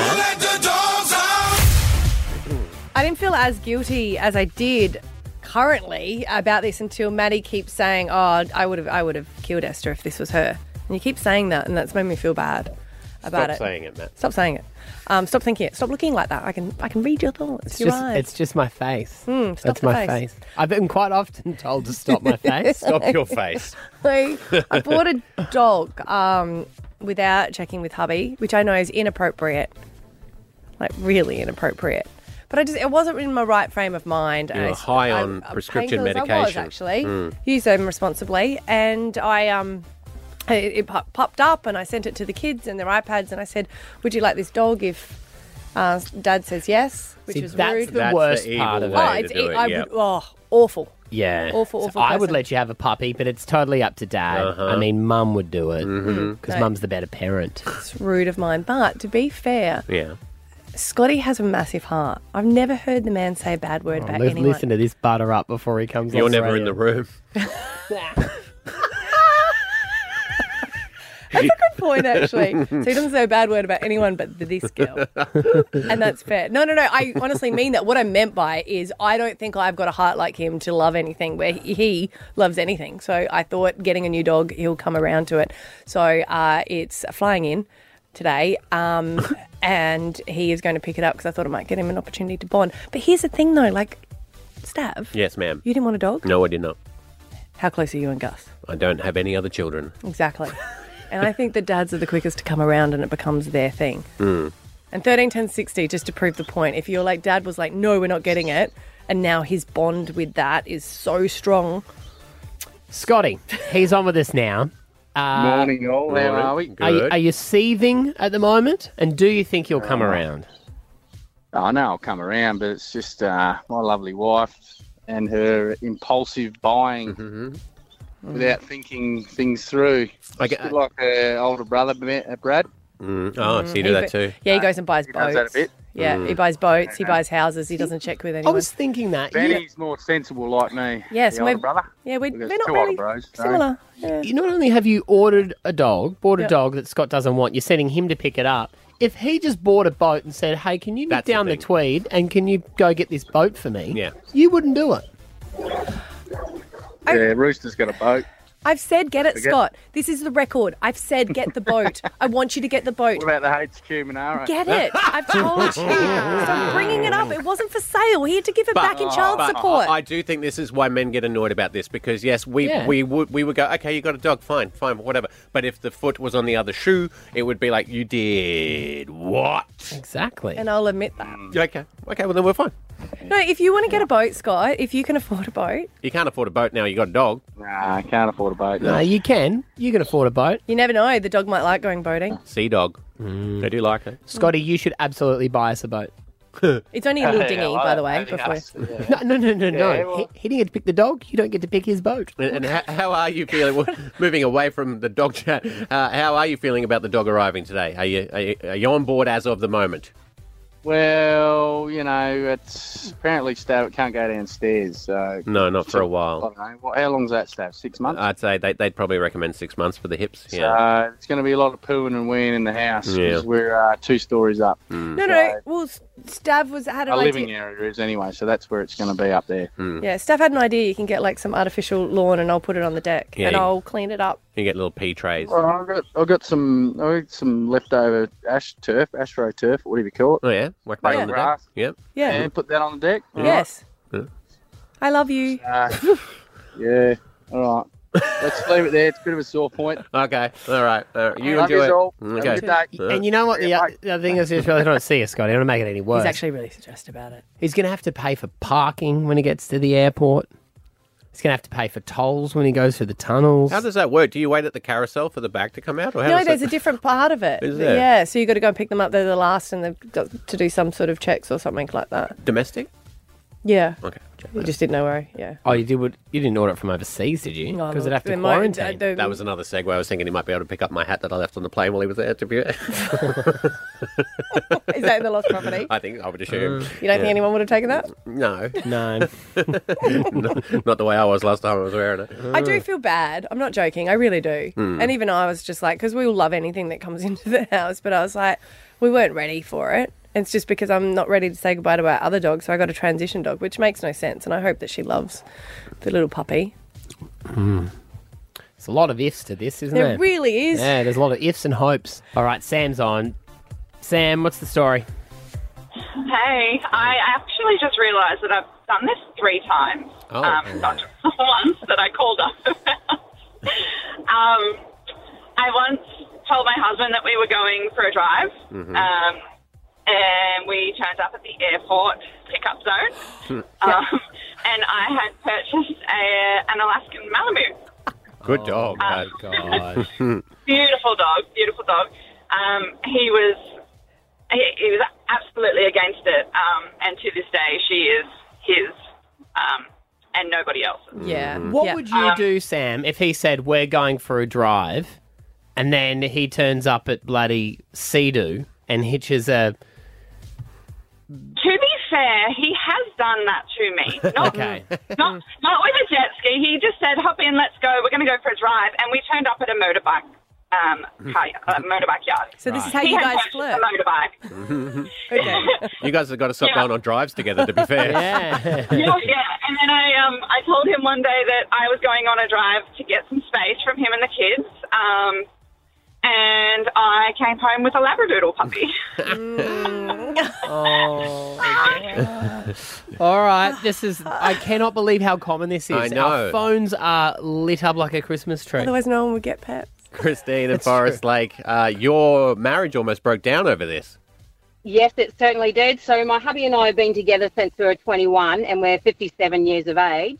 I didn't feel as guilty as I did currently about this until Maddie keeps saying, "Oh, I would have, I would have killed Esther if this was her." And you keep saying that, and that's made me feel bad about
Stop
it.
saying it, Matt.
Stop saying it. Um, stop thinking it. Stop looking like that. I can, I can read your thoughts.
It's
your
just,
eyes.
it's just my face.
Hmm, stop
That's
the
my
face.
face. I've been quite often told to stop my face.
Like, I bought a dog um, without checking with hubby, which I know is inappropriate, like really inappropriate. But I just it wasn't in my right frame of mind.
You
and
were
I-
high
I-
on
I-
prescription
painkillers I was
medication.
actually
Hmm.
Mm.
use them responsibly, and I um. It, it pop- popped up, and I sent it to the kids and their iPads, and I said, "Would you like this dog if uh, Dad says yes?" Which
See,
was
that's
rude.
the That's the worst evil part of way
Oh,
to
it's
do it,
I
yeah.
would, oh, awful.
Yeah.
Awful,
So
awful
I would
person.
let you have a puppy, but it's totally up to dad.
Uh-huh.
I mean, mum would do it because
No.
mum's the better parent.
It's rude of mine. But to be fair,
Yeah.
Scotty has a massive heart. I've never heard the man say a bad word about
Let's
anyone.
Oh, listen to this butter up before he comes.
You're never in the
Australian.
room.
That's a good point, actually. So he doesn't say a bad word about anyone but this girl. And that's fair. No, no, no. I honestly mean that. What I meant by it is I don't think I've got a heart like him to love anything where he- he loves anything. So I thought getting a new dog, he'll come around to it. So uh, it's flying in today. Um, and he is going to pick it up because I thought I might get him an opportunity to bond. But here's the thing, though. Like, Stav,
Yes, ma'am.
you didn't want a dog?
No, I did not.
How close are you and Gus?
I don't have any other children.
Exactly. and I think that dads are the quickest to come around and it becomes their thing.
Mm.
And 13, 10, 60, just to prove the point, if you're like, dad was like, no, we're not getting it, and now his bond with that is so strong.
Scotty, he's on with us now. Uh,
Morning, all. How Morning. are we?
Are you,
Good.
are you seething at the moment? And do you think you'll
Oh.
come around?
I know I'll come around, but it's just uh, my lovely wife and her impulsive buying
Mm-hmm.
Mm.
without thinking things through. I get, like her older brother, Ma- Brad.
Mm. Oh, so you do
He
that
bu-
too.
Yeah, he goes and buys
He
boats.
does that a bit.
Yeah,
Mm.
he buys boats, he buys houses, he doesn't check with anyone.
was thinking that.
Benny's more sensible like me.
Yes,
the
we're-
older brother.
Yeah, we,
We've
we're
got
not
two
really
older bros. so-
similar. Yeah.
You not only have you ordered a dog, bought a
Yep.
dog that Scott doesn't want, you're sending him to pick it up. If he just bought a boat and said, "Hey, can you nip down the, Tweed and can you go get this boat for me?"
Yeah.
you wouldn't do it.
Yeah, Rooster's got a boat.
I've said, get it,
Forget-
Scott. This is the record. I've said, get the boat. I want you to get the boat.
What about the HQ Monaro?
Get it. I've told you. Stop bringing it up. It wasn't for sale. He had to give it
Oh,
back in child
but
support.
I, I do think this is why men get annoyed about this because yes, we
Yeah.
we would we would go, okay, you got a dog, fine, fine, whatever. But if the foot was on the other shoe, it would be like, you did what?
Exactly.
and I'll admit that.
Mm.
Okay, okay, well then we're fine.
No, if you want to get a boat, Scott, if you can afford a boat,
You can't afford a boat now. You got a dog.
Nah, I can't afford a boat.
No, you can. You can afford a boat.
you never know. The dog might like going boating.
Sea dog.
Mm.
They do like it.
Scotty, you should absolutely buy us a boat.
It's only a little dinghy, by the way. Before.
No, no, no, no, no.
Yeah, well-
He, he didn't get to pick the dog. You don't get to pick his boat.
And, and how, how are you feeling? Well, moving away from the dog chat, uh, how are you feeling about the dog arriving today? Are you, are you are you on board as of the moment?
Well, you know, it's apparently Stav can't go downstairs. So
No, not for a
I
while.
don't know. What, how long's that, Stav? Six months.
I'd say they, they'd probably recommend six months for the hips.
So
Yeah.
it's going to be a lot of pooing and weeing in the house
Yeah. Mm.
because we're uh, two stories up.
No, no. Well, Stav was had an
Our
idea.
living area is anyway, so that's where it's going to be up there.
Mm.
Yeah, Stav had an idea. You can get like some artificial lawn, and I'll put it on the deck,
Yeah,
and
you-
I'll clean it up.
You get little pea trays.
Well, I've got, I've got some I've got some leftover ash turf, ashro turf, whatever you call it.
Oh, yeah. Whack that on the deck.
grass.
Yep.
Yeah.
And put that on the deck. All
Yes.
Yeah.
I love you.
Uh, yeah. All right. Let's leave it there. It's a bit of a sore point.
Okay. All right. All right. You
Love
enjoy
yous
it.
all.
Mm,
Okay.
Have a good day.
And you know what? The, o- the other thing is, if I don't see you, Scotty, I don't make it any worse.
Uh, He's actually really stressed about it.
He's going to have to pay for parking when he gets to the airport. He's going to have to pay for tolls when he goes through the tunnels.
How does that work? Do you wait at the carousel for the bag to come out? Or how
No,
does
there's
that-
a different part of it.
Is there?
Yeah, so you got to go and pick them up. They're the last, and they've got to do some sort of checks or something like that.
domestic.
Yeah.
Okay.
We just didn't know where. Yeah.
Oh, you did. what- You didn't order it from overseas, did you?
No,
Because
no.
it'd have to
They might-
quarantine.
they- they-
That was another segue. I was thinking he might be able to pick up my hat that I left on the plane while he was there. To be
Is that in the lost property?
I think I would assume.
You don't think anyone would have taken that?
No.
Mm. No.
Not the way I was last time I was wearing it.
I do feel bad. I'm not joking. I really do.
Hmm.
And even I was just like, because we all love anything that comes into the house, but I was like, we weren't ready for it. It's just because I'm not ready to say goodbye to our other dog, so I got a transition dog, which makes no sense. And I hope that she loves the little puppy.
Hmm.
It's a lot of ifs to this, isn't
There
there?
really is.
Yeah, there's a lot of ifs and hopes. All right, Sam's on. Sam, what's the story?
Hey, I actually just realised that I've done this three times.
Oh.
Um, not just the once that I called up. um, I once told my husband that we were going for a drive,
Mhm.
um, and we turned up at the airport pickup zone, um, and I had purchased a, an Alaskan Malamute.
Good
Oh,
dog.
my
God.
Beautiful dog, beautiful dog. Um, he was he, he was absolutely against it, um, and to this day she is his um, and nobody else's. Um,
Yeah.
Mm-hmm.
Um,
What would you do, Sam, if he said we're going for a drive, and then he turns up at bloody Sea-Doo and hitches a
To be fair, he has done that to me.
Oh, mm.
Not,
okay?
not, not with a jet ski. He just said, "Hop in, let's go. We're going to go for a drive," and we turned up at a motorbike. Um, car, uh, motorbike yard.
So this is how
He
you
had
guys
purchased
flirt.
A motorbike.
you guys have got to stop
Yeah.
going on drives together, to be fair.
Yeah.
yeah, yeah. And then I um I told him one day that I was going on a drive to get some space from him and the kids. Um, and I came home with a labradoodle puppy.
All right, this is. I cannot believe how common this is.
I know.
Our phones are lit up like a Christmas tree.
Otherwise, no one would get pets.
Christine and Forest Lake, uh, your marriage almost broke down over this.
Yes, it certainly did. So my hubby and I have been together since we were 21, and we're 57 years of age.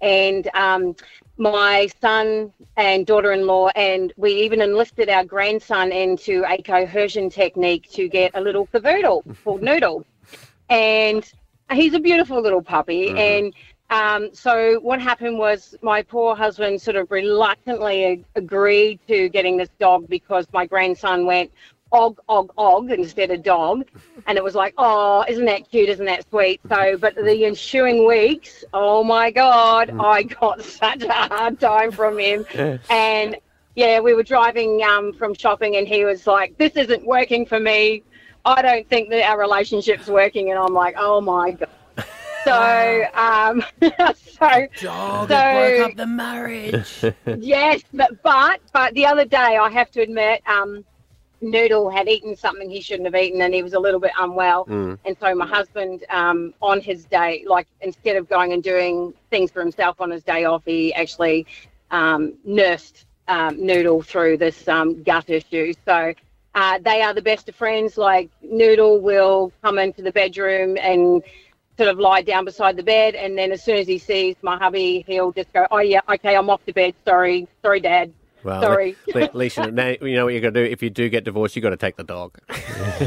And um, my son and daughter-in-law, and we even enlisted our grandson into a coercion technique to get a little cavoodle called Noodle. And he's a beautiful little puppy. And um, so what happened was my poor husband sort of reluctantly ag- agreed to getting this dog because my grandson went og og og instead of dog, and it was like, oh, isn't that cute? Isn't that sweet? So, but the ensuing weeks, oh my god, I got such a hard time from him, and yeah, we were driving um, from shopping, and he was like, this isn't working for me. I don't think that our relationship's working, and I'm like, oh my god. So, um, so,
Dog
so,
that broke up the marriage.
yes, but, but but the other day I have to admit, um, Noodle had eaten something he shouldn't have eaten, and he was a little bit unwell.
Mm.
And so my husband, um, on his day, like instead of going and doing things for himself on his day off, he actually um, nursed um, Noodle through this um, gut issue. So. Uh, they are the best of friends. Like Noodle will come into the bedroom and sort of lie down beside the bed, and then as soon as he sees my hubby, he'll just go, "Oh yeah, okay, I'm off to bed. Sorry, sorry, Dad.
Well,
sorry."
Le- Le- Leisha, now you know what you're going to do. If you do get divorced, you got to take the dog.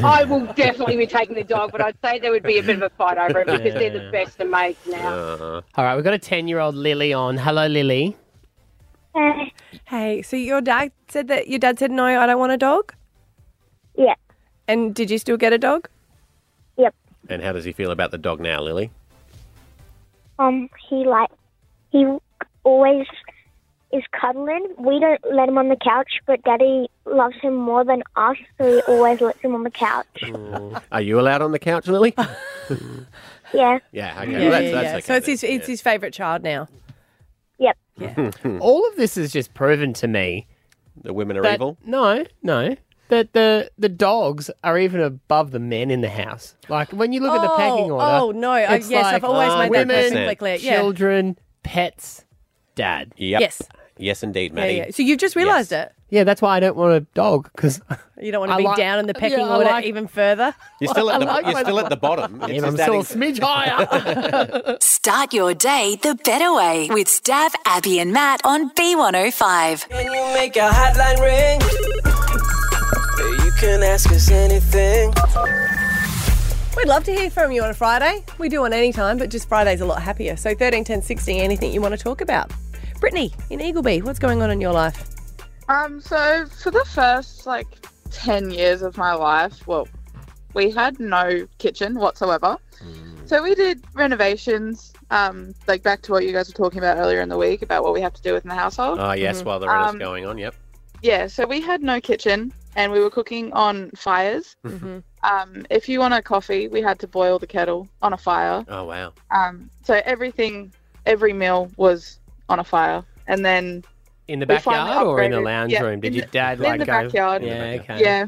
I will definitely be taking the dog, but I'd say there would be a bit of a fight over it because they're the best of mates now.
Uh.
All right, we've got a 10 year old Lily on. Hello, Lily.
Hey, so your dad said that your dad said no, I don't want a dog.
Yeah.
And did you still get a dog?
And how does he feel about the dog now, Lily?
Um, he like he always is cuddling. We don't let him on the couch, but Daddy loves him more than us, so he always lets him on the couch.
Are you allowed on the couch, Lily?
Yeah.
yeah, okay. well, that's, that's okay.
So it's his, it's his favourite child now.
Yep.
All of this is just proven to me.
The women are
that-
evil.
No, no. That the the dogs are even above the men in the house. Like when you look at the packing
Oh,
order.
oh, no. I-
it's
yes, I've always made that
women,
perfectly clear. Yeah.
Children, pets, dad.
Yep.
Yes.
Yes, indeed,
Yeah,
Maddie.
yeah. So you've just realised
Yeah, that's why I don't want a dog because
it. You don't want to
I
be
like-
down in the
yeah,
pecking
I
order
like-
even further.
You're still at the,
I like
you're
my-
still at the bottom. It's
I'm
just
still a
adding-
smidge higher.
Start your day the better way with Stab, Abby, and Matt on B105.
Can you make a hotline ring? You can ask us anything.
We'd love to hear from you on a Friday. We do on any time, but just Friday's a lot happier. So 13, 10, 16, anything you want to talk about. Brittany in Eagleby, what's going on in your life?
Um, so for the first like 10 years of my life, well, we had no kitchen whatsoever.
Mm.
So we did renovations, um, like back to what you guys were talking about earlier in the week about what we have to do within the household. Um,
Oh, yes, while the
Um,
rent is going on, yep.
Yeah, so we had no kitchen and we were cooking on fires.
Mm-hmm.
Um, if you want a coffee, we had to boil the kettle on a fire.
Oh, wow.
Um, so everything, every meal was on a fire. And then
In the
We finally
backyard or in the
upgraded-
lounge
yeah,
room? Did
in
your
the-
dad
in
like
the
go?
backyard.
Yeah, okay.
Yeah.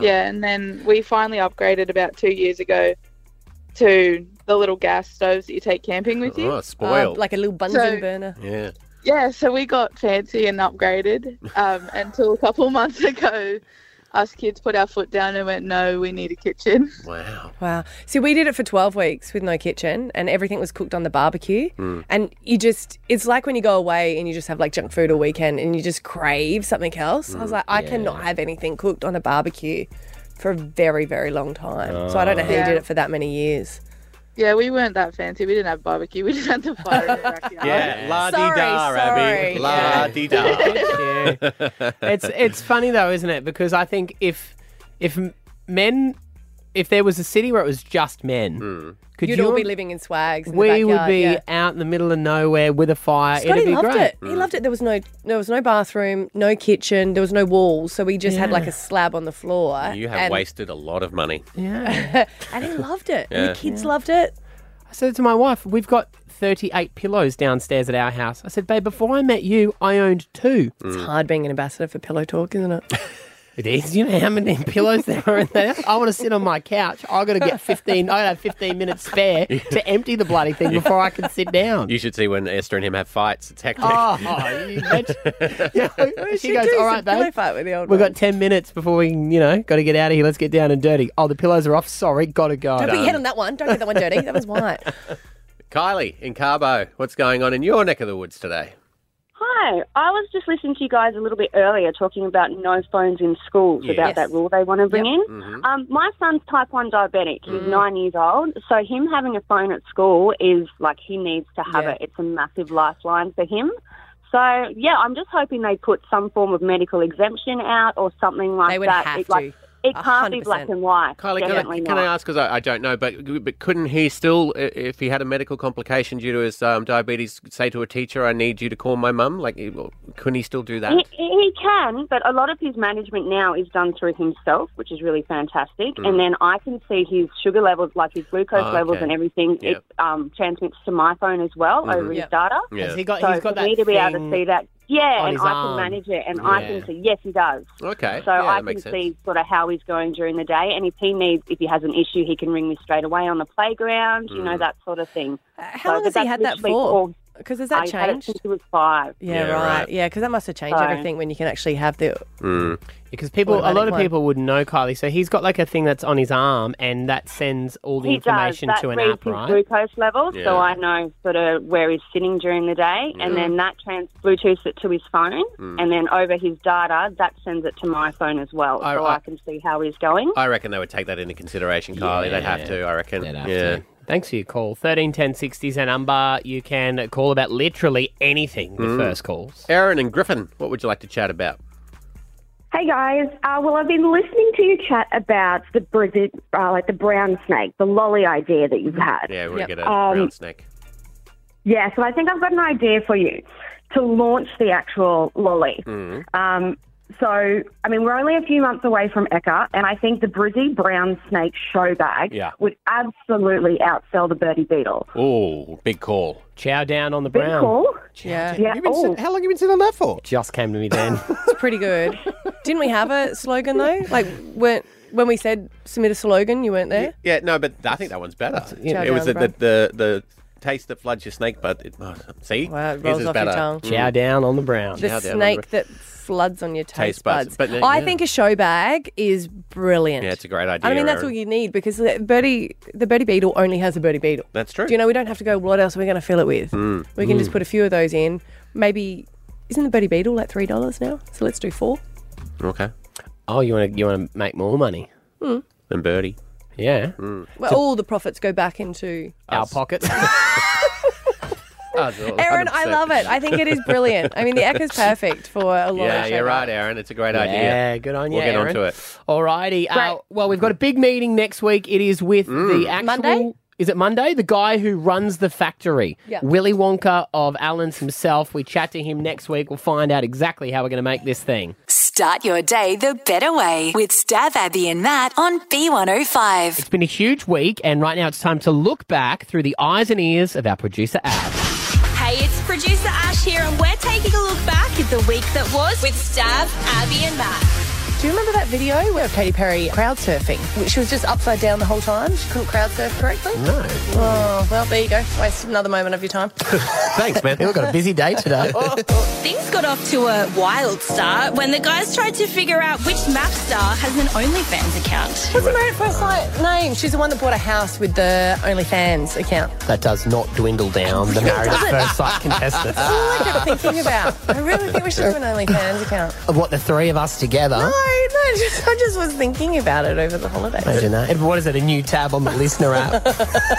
Yeah, and then we finally upgraded about two years ago to the little gas stoves that you take camping with you.
Oh, spoiled.
like a little bunsen burner.
yeah.
Yeah, so we got fancy and upgraded um, until a couple months ago. Us kids put our foot down and went, no, we need a kitchen.
Wow.
Wow. See, we did it for 12 weeks with no kitchen and everything was cooked on the barbecue. And you just, it's like when you go away and you just have like junk food all weekend and you just crave something else. I was
Mm,
like, I
yeah.
cannot have anything cooked on a barbecue for a very, very long time. So I don't know how you
Ah.
did it for that many years.
Yeah, we weren't that fancy. We didn't have barbecue. We just had the fire. in the backyard.
Yeah, la di
Sorry,
da, Abby.
sorry.
La
Yeah.
di da.
it's it's funny though, isn't it? Because I think if if m- men, if there was a city where it was just men,
Hmm.
could
You'd
you?
all be living in swags. In
we
the
would
backyard,
be
yeah.
out in the middle of nowhere with a fire.
Scotty
It'd be
loved
great.
it. He loved it. There was no there was no bathroom, no kitchen, there was no walls, so we just had like
Yeah.
a slab on the floor.
You have
and,
wasted a lot of money.
Yeah.
and he loved it.
Yeah.
The kids loved it.
I said to my wife, "We've got 38 pillows downstairs at our house." I said, "Babe, before I met you, I owned two. It's
hard being an ambassador for Pillow Talk, isn't it?
it is. You know how many pillows there are in there. I want to sit on my couch. I got to get 15. I have 15 minutes spare to empty the bloody thing before I can sit down.
You should see when Esther and him have fights. It's hectic.
Oh, you bet. You know, she goes, all right, babe.
with the old
We've got 10 minutes before we, can, you know, got to get out of here. Let's get down and dirty. Oh, the pillows are off. Sorry, got to go.
Don't put your head on that one. Don't get that one dirty. That was white.
Kylie in Carbo, what's going on in your neck of the woods today?
Hi, I was just listening to you guys a little bit earlier talking about no phones in schools,
Yes.
about that rule they want to bring in.
Mhm.
Um, my son's type 1 diabetic. He's nine years old. So, him having a phone at school is like he needs to have
Yeah.
it. It's a massive lifeline for him. So, yeah, I'm just hoping they put some form of medical exemption out or something like
They would
that.
have
it, like,
to.
it can't be black
100%.
and white.
Kylie, can I,
Definitely
can
not.
I ask, because I, I don't know, but, but couldn't he still, i- if he had a medical complication due to his um, diabetes, say to a teacher, I need you to call my mum? Like, he- well, couldn't he still do that?
He, he can, but a lot of his management now is done through himself, which is really fantastic.
Mm.
And then I can see his sugar levels, like his glucose
Oh,
levels
okay.
and everything.
Yep.
It um, transmits to my phone as well
Mm-hmm.
Mhm.
over his
Yep.
data.
Yeah. Has he got-
so
he's got
for
that
me to be able
thing
to see that. Yeah,
on
and
his
I
arm.
can manage it, and I
Yeah.
can see. Yes, he does.
Okay.
So
Yeah, that
I can
makes sense.
see sort of how he's going during the day, and if he needs, if he has an issue, he can ring me straight away on the playground. You know
Mm.
that sort of thing.
Uh, how
So,
long
but
has he
that's
had that
literally
for?
all-
Because has that
I've had it
changed?
since he was five.
Yeah,
Yeah,
right.
right.
Yeah, because that must have changed
Sorry.
everything when you can actually have the.
Hmm. Because people, a lot
Automatic
of
one.
people wouldn't know Kylie. So he's got like a thing that's on his arm, and that sends all the
he
information
does. That
to an
reads
app,
his
right?
glucose levels,
Yeah.
so I know sort of where he's sitting during the day, and
Yeah. Hmm.
then that trans Bluetooths it to his phone,
Mm.
and then over his data, that sends it to my phone as well,
Oh,
I-
so
I-
I, can see how he's going.
I reckon they would take that into consideration, Kylie. They'd have to, I reckon. yeah.
Thanks for your call. Thirteen ten sixty is our number. You can call about literally anything. The
Mm.
first calls.
Aaron and Griffin, what would you like to chat about?
Hey guys, uh, well I've been listening to you chat about the Brazil, uh, like the brown snake, the lolly idea that you've had.
Mm-hmm. Yeah, we're going to get a
Um,
brown snake.
Yeah, so I think I've got an idea for you to launch the actual lolly.
Mm.
Um, so, I mean, we're only a few months away from Eka, and I think the Brizzy Brown Snake show bag
Yeah.
would absolutely outsell the Birdie Beetle.
Oh, big call.
Chow down on the
Big
brown.
call.
Yeah.
Yeah, Have you been sit- oh.
how long have you been sitting on that for?
Just came to me then.
It's pretty good. Didn't we have a slogan though? Like when when we said submit a slogan, you weren't there.
Yeah, no, but I think that one's better.
yeah.
It was the,
Chow
the,
down
the, the taste that floods your snake, but it, oh, see?
Wow, it
His
rolls
is
off your
better.
tongue.
Mm.
Chow down on the brown.
The snake that floods on your taste,
Taste buds.
buds.
But then-
I
yeah.
think a show bag is brilliant.
Yeah, it's a great idea.
I mean, that's all
Aaron.
you need because the birdie, the birdie beetle only has a birdie beetle.
That's true.
Do you know we don't have to go? What else are we going to fill it with?
Mm.
We can
Mm.
just put a few of those in. Maybe isn't the birdie beetle like three dollars now? So let's do four.
Okay.
Oh, you want to you want to make more money?
Hmm.
And Birdie. Mm.
Yeah.
Well, all the profits go back into
Our pockets.
Aaron, I love it. I think it is brilliant. I mean, the Eck is perfect for a lot
Yeah,
of
you're right, Aaron. It's a great idea.
Yeah, good on you,
We'll get
Aaron.
onto it.
Alrighty. Uh, well, we've got a big meeting next week. It is with the actual.
Monday?
Is it Monday? The guy who runs the factory,
Yeah.
Willy Wonka of Allen's himself. We chat to him next week. We'll find out exactly how we're going to make this thing.
Start your day the better way with Stab, Abby, and Matt on B105.
It's been a huge week, and right now it's time to look back through the eyes and ears of our producer, Ab.
Hey, it's producer Ash here, and we're taking a look back at the week that was with Stab, Abby, and Matt.
Do you remember that video where Katy Perry crowd surfing? She was just upside down the whole time. She couldn't crowd surf correctly.
No.
Oh, well, there you go. Wasted another moment of your time.
Thanks, man. We've got a busy day today.
Things got off to a wild start when the guys tried to figure out which map star has an OnlyFans account.
What's her married first night name? She's the one that bought a house with the OnlyFans account.
That does not dwindle down the married at
doesn't.
first sight contestants.
That's all I kept thinking about. I really think we should do an OnlyFans account.
Of what the three of us together.
No, no, just, I just was thinking about it over the holidays.
Imagine that. And What is it? A new tab on the listener app?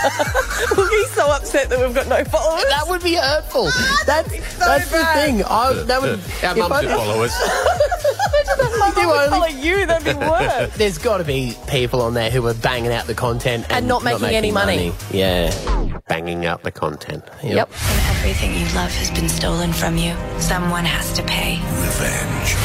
We'll be so upset that we've got no followers. Ah, That
would be hurtful. that's
that's
the thing.
Oh,
I, that would.
Our
if
mums
I-
do follow us.
Imagine that
Do
mum would
only-
follow you. That'd be worse.
There's got to be people on there who are banging out the content and,
And not making any money.
Yeah, banging out the content. Yep.
Everything you love has been stolen from you. Someone has to pay.
Revenge.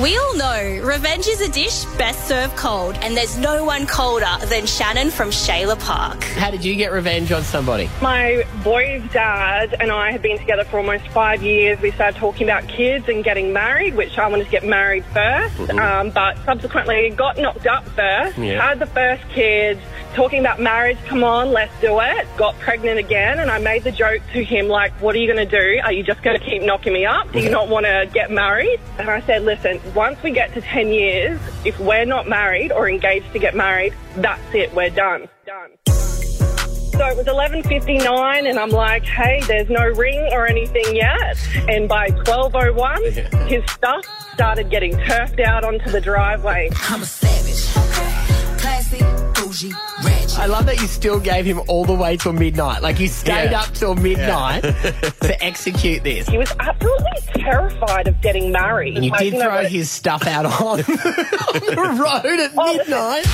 We all know revenge is a dish best served cold, and there's no one colder than Shannon from Shayla Park.
How did you get revenge on somebody?
My boy's dad and I had been together for almost five years. We started talking about kids and getting married, which I wanted to get married 1st
Mhm.
um, but subsequently got knocked up first.
Yeah.
Had the first kid, talking about marriage, come on, let's do it. Got pregnant again, and I made the joke to him, like, what are you going to do? Are you just going to keep knocking me up? Do you not want to get married? And I said, listen, once we get to 10 years, if we're not married or engaged to get married, that's it, we're done. Done. So it was 11:59, and I'm like, "Hey, there's no ring or anything yet." And by 12:01, his stuff started getting turfed out onto the driveway. I'm a savage, classy, bougie.
I love that you still gave him all the way till midnight. Like you stayed
Yeah.
up till midnight to execute this.
He was absolutely terrified of getting married.
And you
Like,
did
know,
throw his stuff out on. road at
Oh,
midnight.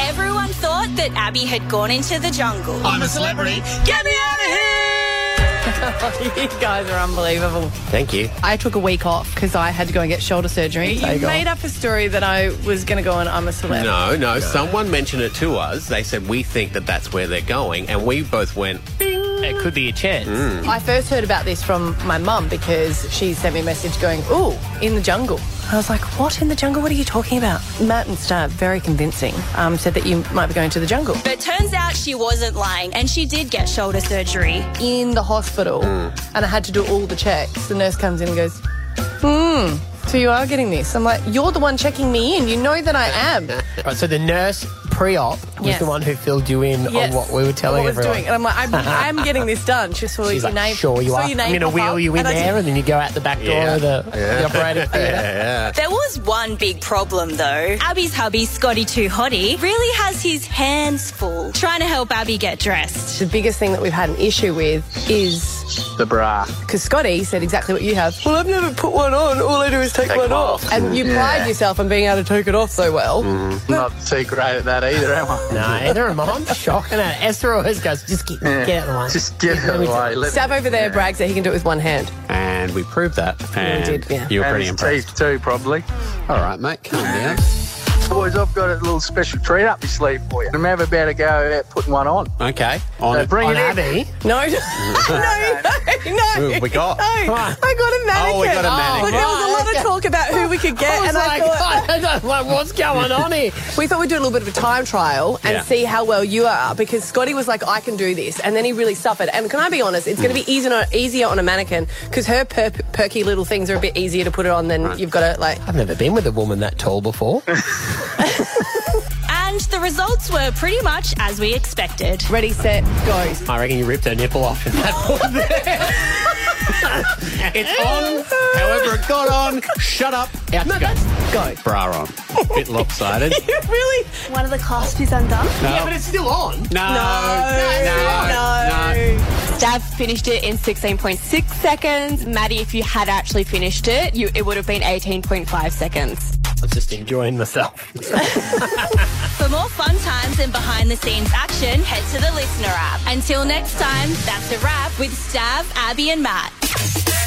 Everyone thought that Abby had gone into the jungle.
I'm a celebrity.
Get me out of here!
you guys are um- unbelievable.
Thank you.
I took a week off because I had to go and get shoulder surgery. You
Take off.
made up a story that I was going to go on I'm a celeb.
No, no, Someone mentioned it to us. They said we think that that's where they're going, and we both went. Mm. It
could be a chance.
I first heard about this from my mum because she sent me a message going, "Ooh, in the jungle." I was like, what in the jungle? What are you talking about? Matt and Stab, very convincing, um, said that you might be going to the jungle.
But turns out she wasn't lying and she did get shoulder surgery.
In the hospital, and I had to do all the checks. The nurse comes in and goes, hmm, so you are getting this. I'm like, you're the one checking me in. You know that I am.
Right, so the nurse pre-op was
Yes.
the one who filled you in
Yes.
on what we were telling
what I was
everyone.
doing. And I'm like, I'm, I'm getting this done. She saw
She's
your
like,
name.
sure you
saw
are.
Your
I'm going
name
to
pop
wheel
up,
you in
and I did.
there, and then you go out the back door
Yeah.
of the,
Yeah.
the operating theatre.
There was one big problem though. Abby's hubby, Scotty Too Hottie, really has his hands full trying to help Abby get dressed.
The biggest thing that we've had an issue with is
The bra.
because Scotty said exactly what you have. Well, I've never put one on. All I do is take,
Take
one
one
off.
off. Mm.
And you
Yeah.
pride yourself on being able to take it off so well.
Not too great at that either, am I?
No, either am I. I'm shocking at it. Esther always goes, just get, get out of the way.
Just get out of the way. Let
Stab over there brags that he can do it with one hand.
And we proved that. And
did, yeah.
you were
And
pretty
his
impressed.
teeth too, probably.
All right, mate, calm down.
Boys, I've got a little special treat up my sleeve for you. I'm ever about to go out putting one on.
Okay. On
So bring
on
it in.
Abby.
No, no, no,
We got-
No, I got a mannequin.
Oh, we got a mannequin.
But there was a lot of
Okay.
talk about who we could get,
I was
and
like,
I thought,
Oh I don't know what's going on here.
We thought we'd do a little bit of a time trial and
Yeah.
see how well you are, because Scotty was like, "I can do this," and then he really suffered. And can I be honest? It's going to be easier on, easier on a mannequin because her per- perky little things are a bit easier to put it on than you've got to like.
I've never been with a woman that tall before.
And the results were pretty much as we expected.
Ready, set, go.
I reckon you ripped her nipple off in that
It's on. However, it got on. Shut up. Out you
go.
Bra on. Bit lopsided.
really?
One of the clasp is undone?
No. Yeah, but it's
still on.
No. No. No.
Stab finished it in 16.6 seconds. Maddie, if you had actually finished it, you, it would have been 18.5 seconds.
I was just enjoying myself.
For more fun times and behind the scenes action, head to the listener app. Until next time, that's a wrap with Stav, Abby, and Matt.